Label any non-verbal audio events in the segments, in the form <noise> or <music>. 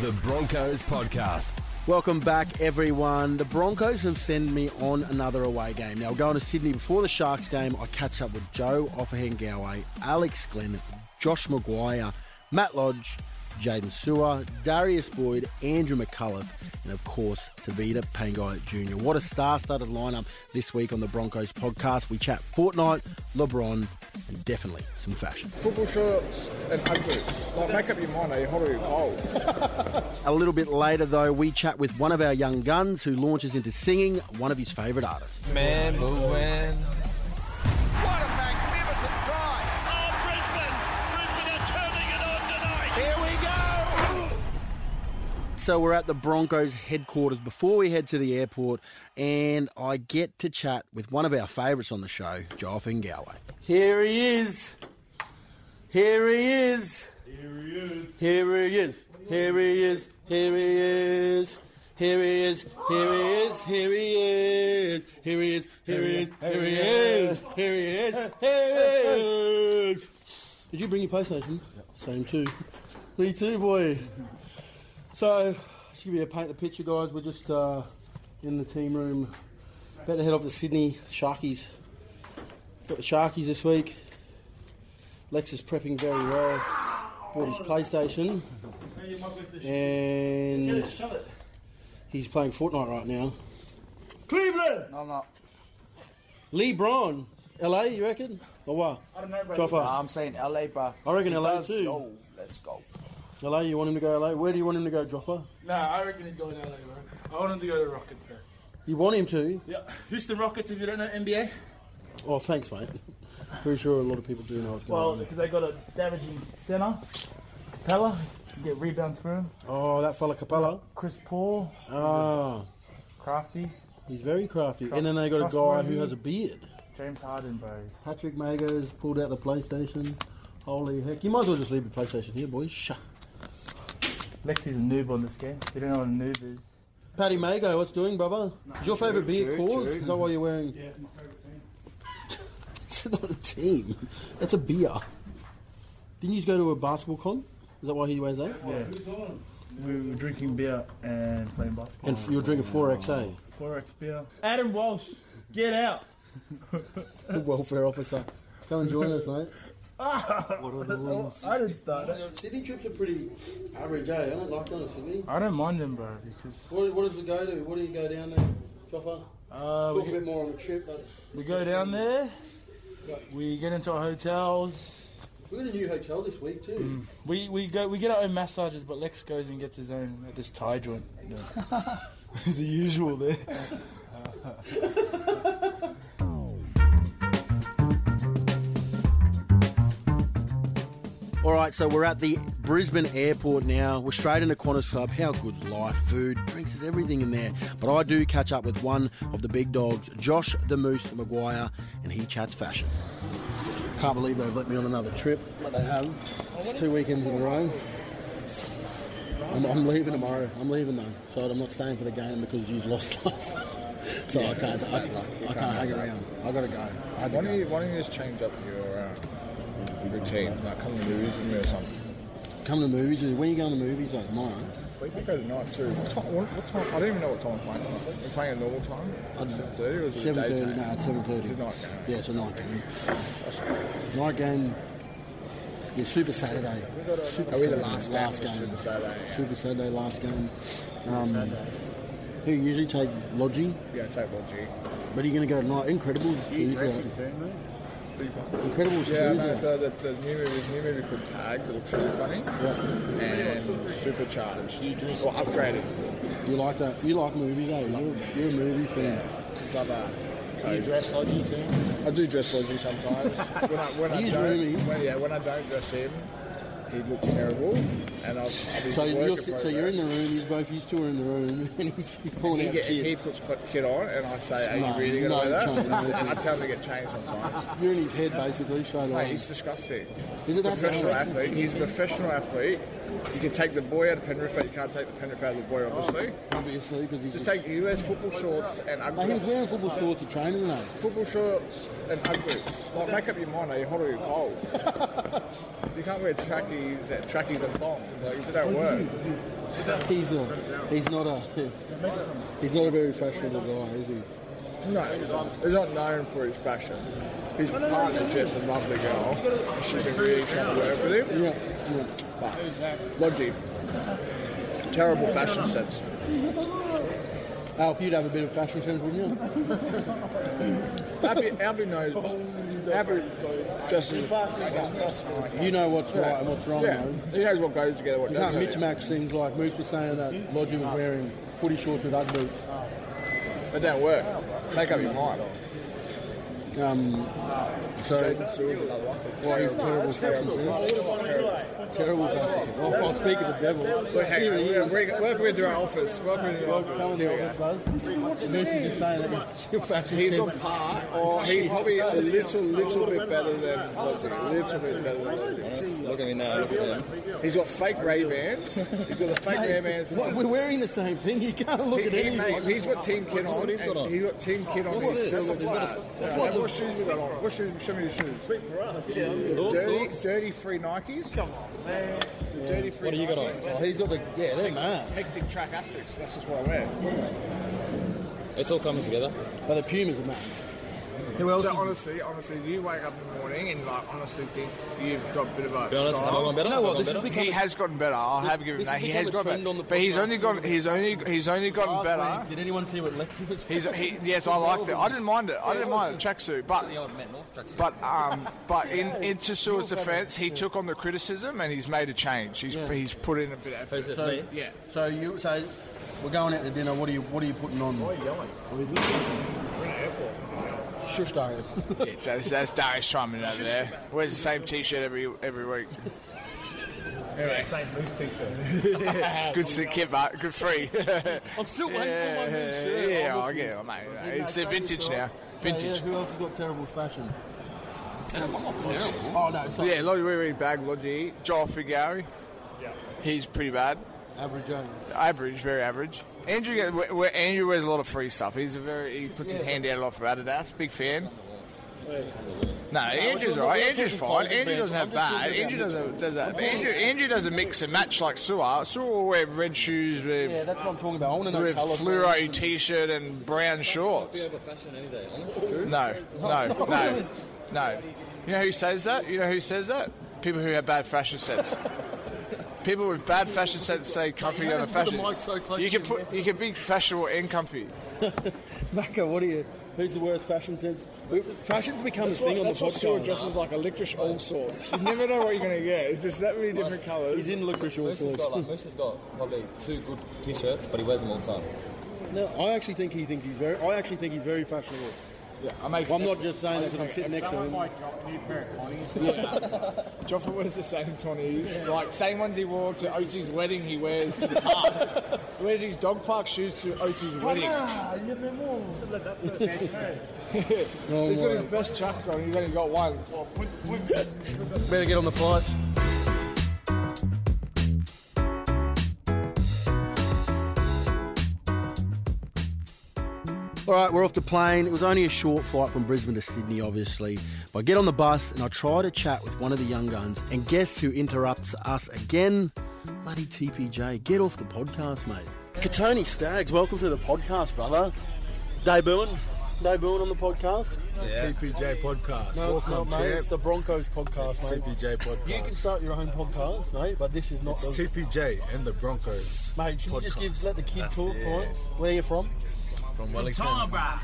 The Broncos Podcast. Welcome back, everyone. The Broncos have sent me on another away game. Now, going to Sydney before the Sharks game, I catch up with Joe Offahen-Goway, Alex Glenn, Josh Maguire, Matt Lodge, Jaden Sewer, Darius Boyd, Andrew McCulloch, and of course, Tavita Pangai Jr. What a star-studded lineup this week on the Broncos podcast. We chat Fortnite, LeBron, and definitely some fashion. Football shirts and hundreds. Like, make up your mind, eh? How do you roll? A little bit later, though, we chat with one of our young guns who launches into singing one of his favourite artists. Man, but when What a magnificent try! Oh, Brisbane! Brisbane are turning it Here on tonight! we go! So we're at the Broncos headquarters before we head to the airport, and I get to chat with one of our favourites on the show, Joel Fingaway. Here he is. Here he is. Here he is. Here he is. Here he is. Here he is. Here he is. Here he is. Here he is. Here he is. Here he is. Here he is. Here he is. Did you bring your PlayStation? Same too. Me too, boy. So, just give you a paint the picture, guys. We're just uh, in the team room, about to head off to Sydney Sharkies. Got the Sharkies this week. Lex is prepping very well. Bought his PlayStation. And he's playing Fortnite right now. Cleveland! I'm not. LeBron! LA, you reckon? Or what? I don't know, bro. I'm saying LA, bro. I reckon LA Let's too. go. Let's go. LA, you want him to go LA? Where do you want him to go, Dropper? Nah, I reckon he's going LA, bro. I want him to go to the Rockets, bro. You want him to? Yeah, Houston Rockets, if you don't know NBA. Oh, thanks, mate. Pretty sure a lot of people do know what's Well, going because they got a damaging center. Pella, you get rebounds for him. on. Oh, that fella Capella. Chris Paul, Ah, Crafty, he's very crafty. And then they got a guy who has a beard. James Harden, bro. Patrick Mago's pulled out the PlayStation. Holy heck. You might as well just leave the PlayStation here, boys. Sha. Lexi's a noob on this game. If you don't know what a noob is. Paddy Mago, what's doing, brother? Is your favourite beer Coors? Is that why you're wearing... Yeah, my favorite team. <laughs> It's not a team. That's a beer. Didn't you just go to a basketball con? Is that why he wears that? Yeah. We were drinking beer and playing basketball. And f- you're drinking 4XA. Forex beer. Adam Walsh, get out. The welfare officer. Come and join us, mate. I didn't start it. Sydney trips are pretty average, eh? I don't like going to Sydney. I don't mind them, bro, because What, what does it go to? What do you go down there? Chopper? uh, Talk a bit more on the trip. But We go down there. We get into our hotels. we're in a new hotel this week, too. We, we go we get our own massages, but Lex goes and gets his own at this Thai joint. <laughs> As the usual there. All right, so we're at the Brisbane airport now. We're straight into Qantas Club. How good's life? Food, drinks, there's everything in there. But I do catch up with one of the big dogs, Josh the Moose Maguire, and he chats fashion. Can't believe they've let me on another trip, but they have. It's two weekends in a row. I'm, I'm leaving tomorrow. I'm leaving though, so I'm not staying for the game because you <laughs> lost last. so I can't. I, can't- I can't hang around. I gotta go. I had to Why go. don't you, why don't you just change up your uh, routine? Like, come to movies with me or something. Come to the movies. When are you going to the movies? Like tomorrow. We could go tonight too. What time, what, what time? I don't even know what time I'm playing. We're playing at normal time. Seven thirty or is it Seven thirty. daytime? No, it's seven It's thirty. a night game. Yeah, it's a night game. Night game. Yeah, Super Saturday. Super Are we the Saturday, last, game? of Super Saturday. Yeah, Super Saturday. Last game. Um, who usually take Lodgy? yeah table G. But are you going to go tonight? Incredibles two. Incredibles Yeah, two. no, so the, the new movie, the new movie called Tag that looks really funny and supercharged or upgraded. You like that? You like movies, eh? You're, you're a movie fan. It's like that. Do you dress eh? lodgy too? I do dress lodgy sometimes. when I, <laughs> when I He's don't, roomy. when, yeah, when I don't dress him, he looks terrible, and I'll, I'll be So work you're in so you're in the progress. room. You both used two are in the room, <laughs> and he's, he's pulling He, out get, kid. he puts clip kit on, and I say, "Are No, you really no, going to wear John, no. that?" And I tell him to get changed sometimes. You're in his head basically straight Mate, away. he's disgusting. Is it that Professional bad? athlete. He's a professional athlete You can take the boy out of Penrith, but you can't take the Penrith out of the boy, obviously. obviously, because he's Just take US football shorts and Like, he was ugly wearing football shorts to training though. Football shorts and ugglies. Like, make up your mind, are you hot or you cold? <laughs> you can't wear trackies, uh, trackies and thongs. Like, it don't work. He's a, he's not a, <laughs> he's not a very fashionable guy, is he? No, he's not known for his fashion. His partner, Jess, a lovely girl. She's been really trying to work with him. Yeah, yeah. But, Lodgy, terrible fashion sense. Alf, you'd have a bit of fashion sense, wouldn't you? Abby, Abby knows. Abby just You know what's right and what's wrong. yeah, though. he knows what goes together. What You can't doesn't. mix match things like Moose was saying that Lodgy was wearing footy shorts with UGG boots. It don't work. Make up your mind. Um, so, Jaden Sewell's another one. why he's terrible fashion sense? Terrible fashion sense. Well, I'll speak of the devil. Wait, hang on. We're, we're, we're going to our office. Welcome to the office. Here we go. Moose is just saying that <laughs> your fashion He's on sense. par, or he's probably a little, little bit better than Logic. A little bit better than Logic. Look at me now, look at him. He's got fake Ray Bans. He's got the fake Ray Bans. What, we're wearing the same thing. You can't look He, at he, mate, anyone. he's got Team Kid on. He's got, he's got Team Kid on his silver plaid. Yeah, What shoes you got on? What shoes? Show me your shoes. Sweet for us. Dirty, dirty free Nikes. Come on, man. Dirty free What do you got on? Nikes. Oh, he's got the. Yeah, they're mad. Hectic track Asics. That's just what I wear. It's all coming together. But the Pumas are mad. Who else? So is- honestly, honestly, do you wake up in the morning and like honestly think you've got a bit of a Be honest, have I style? gone better? You know what, Have I this gone has better? He has gotten better. I'll have to give him This has that. He become has a gotten trend on the better, but he's podcast. only gone. He's only. He's only gotten Last better. week, Did anyone see what Lexi was? He's he, yes, I liked it. I didn't mind it. I didn't mind the tracksuit, but but um, but in into Sewell's defence, he took on the criticism and he's made a change. He's he's put in a bit of effort. Who's this, So, <laughs> me? Yeah. So you so we're going out to dinner. What are you What are you putting on? Why are you yelling? Shush, Darius. <laughs> That's, that's Darius Truman over there. Wears the same T-shirt every every week. Anyway, same moose T-shirt. <laughs> good kit, mate. Good free. I'm still <laughs> waiting yeah, shirt. yeah, I Obviously. get it, mate. Okay, It's no, a vintage so- now. so, yeah, Vintage. who else has got terrible fashion? Oh no, sorry. Yeah, Lodgy, we read bag Lodgy. Joel Figari. He's pretty bad. Average eh? Joe. Average, very average. Andrew, get- we- we- Andrew wears a lot of free stuff. He's a very he puts his hand out a lot for Adidas. Big fan. No, Andrew's all right. Andrew's fine. Andrew doesn't have bad. Andrew doesn't does that. But Andrew, Andrew doesn't mix and match like Sua. Sua will wear red shoes Yeah, with that's what I'm talking about. I want to know with colour. fluoro t-shirt and brown shorts. fashion any day, <laughs> honestly. No, no, no, no. You know who says that? You know who says that? People who have bad fashion <laughs> sense. People with bad fashion sense say comfy over fashion. mic so close You to can your put, you can be fashionable and comfy. Macca, what are you? Who's the worst fashion sense? We- Fashion's become a thing on the podcast. like a licorice all sorts. You never know what you're going to get. It's just that many different colours. <laughs> He's in licorice all Moose has got, sorts. like, Moose has got probably two good t-shirts, but he wears them all the time. No, I actually think he thinks he's very. I actually think he's very fashionable. Yeah, I make. I'm not just saying that because I'm sitting next to him. Joffrey wears the same Connies, like same ones he wore to Otis' wedding. He wears <laughs> to the park. he wears his dog park shoes to Otis' wedding. <laughs> He's got his best chucks on. He's only got one. Better get on the flight. All right, we're off the plane. It was only a short flight from Brisbane to Sydney, obviously. But I get on the bus and I try to chat with one of the young guns, and guess who interrupts us again? Bloody TPJ. Get off the podcast, mate. Katoni Staggs, welcome to the podcast, brother. Debuting. Debuting on the podcast. TPJ podcast. No, it's not, Welcome, mate. It's champ. the Broncos podcast, mate. TPJ You podcast. can start your own podcast, mate, but this is not It's the TPJ and the Broncos. mate. Can you just podcast. give let the kid That's talk, it. points? Where you from? From Wellington.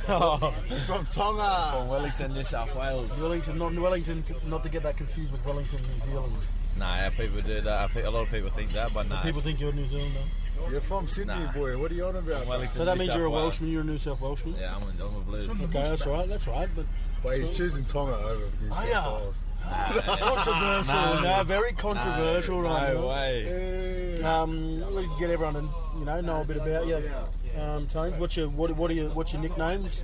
From Tonga. From Wellington, New South Wales. Wellington, not Wellington, not to get that confused with Wellington, New Zealand. Nah, yeah, people do that. I think a lot of people think that, but nah. People think you're New Zealander, You're from Sydney, Nah. boy. What are you on about? Wellington, so that New means South you're a Wales. Welshman. You're a New South Welshman. Yeah, I'm a, I'm a blues. Okay, that's all right. That's all right. But But he's choosing Tonga over New South Oh, yeah. Wales. <laughs> controversial, no, very controversial right No now. way. Um, we can get everyone to you know know a bit about you. Um, Tones, what's your what, what are your what's your nicknames?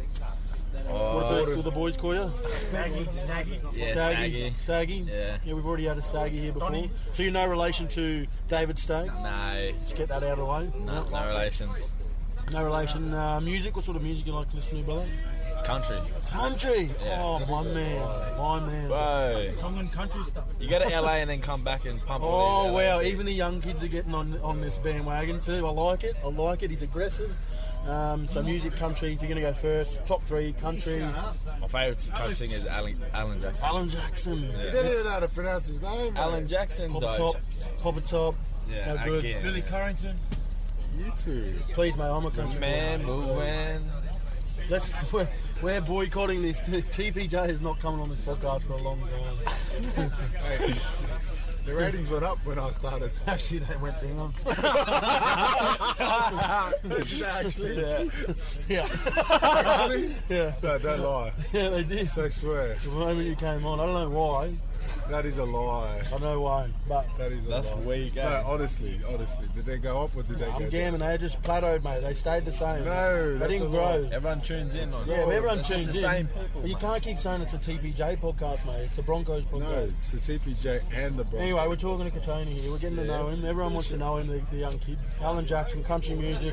What do the boys call you? Snaggy, snaggy. Yeah, Staggy. Snaggy. Staggy? Yeah. Yeah, we've already had a Staggy here before. Donny. So you're no relation to David Stag? No, Just get that out of the way. no, no relations. No relation. Uh, music? What sort of music you like to listen to, brother? Country. Country. Oh, my man. My man. Bro, Tongan country stuff. you go to LA and then come back and pump all Oh, these LA. wow. Even the young kids are getting on, on this bandwagon, too. I like it. I like it. He's aggressive. Um, so music, country. If you're going to go first, top three, country. My favourite country singer is Alan, Alan Jackson. Alan Jackson. He didn't even know how to pronounce his name. Alan mate. Jackson, Copper though. top. Copper top. Yeah, How good. again. Billy Currington. You two. Please, mate. I'm a country Man, boy. moving. That's <laughs> we're, we're boycotting this. <laughs> TPJ is not coming on this podcast for a long time. The ratings went up when I started. <laughs> Actually, they went down. actually. <laughs> yeah, yeah, Really? yeah, No, don't lie. yeah. They did. So I swear. The moment you came on, I don't know why. That is a lie. I know why, but That is a That's lie. weak, eh? No, honestly, honestly. Did they go up or did they go I'm down? gambling. They just plateaued, mate. They stayed the same. No, they that's didn't a grow. lie. Everyone tunes in on Yeah, but everyone It's tunes just the in. same people. but you mate. can't keep saying it's a TPJ podcast, mate. It's the Broncos podcast. No, it's the TPJ and the Broncos. Anyway, we're talking to Katoni here. We're getting to know him. Everyone wants to know him, the, the young kid. Alan Jackson, country music.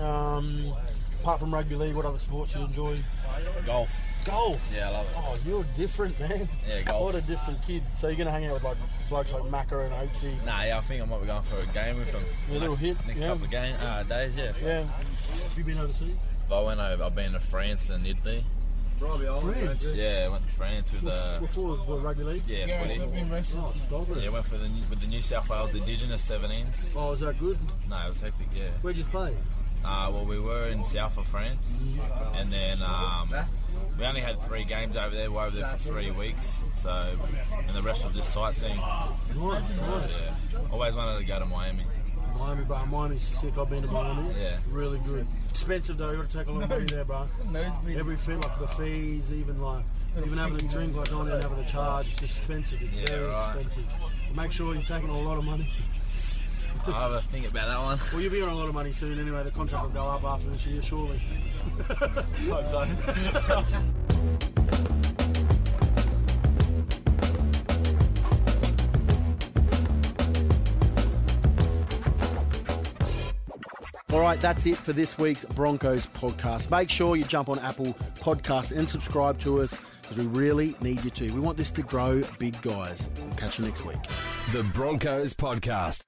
Um, apart from rugby league, what other sports you enjoy? Golf. Golf. Yeah, I love it. Oh, you're different, man. Yeah, golf. What a different kid. So you're going to hang out with like blokes like Macca and Oatsy. Nah, yeah, I think I might be going for a game with him. A little next, hit, Next yeah. couple of game, uh, days, yeah. So Yeah. Have you been overseas? I went over, I've been to France and Italy. Robbie, I wanna Really? go- Yeah, I went to France with uh, Before the rugby league? yeah, footy. Oh, stop it. Yeah, went for the with the New South Wales Indigenous 17s. Oh, is that good? No, it was hectic. Yeah. Where'd you play? Uh, well, we were in south of France, and then um, we only had three games over there. We were over there for three weeks, so and the rest was just sightseeing. Nice, nice. Yeah, always wanted to go to Miami. Miami, bro. Miami's sick. I've been to Miami. Yeah. Really good. Expensive though. You got to take a lot of money there, bro. Every fee, like the fees, even like even having a drink, like not even having a charge. It's just expensive. It's Yeah, very right. expensive. Make sure you're taking on a lot of money. I have a think about that one. Well, you'll be on a lot of money soon anyway. The contract will go up after this year, surely. <laughs> All right, that's it for this week's Broncos podcast. Make sure you jump on Apple Podcasts and subscribe to us because we really need you to. We want this to grow big, guys. We'll catch you next week. The Broncos Podcast.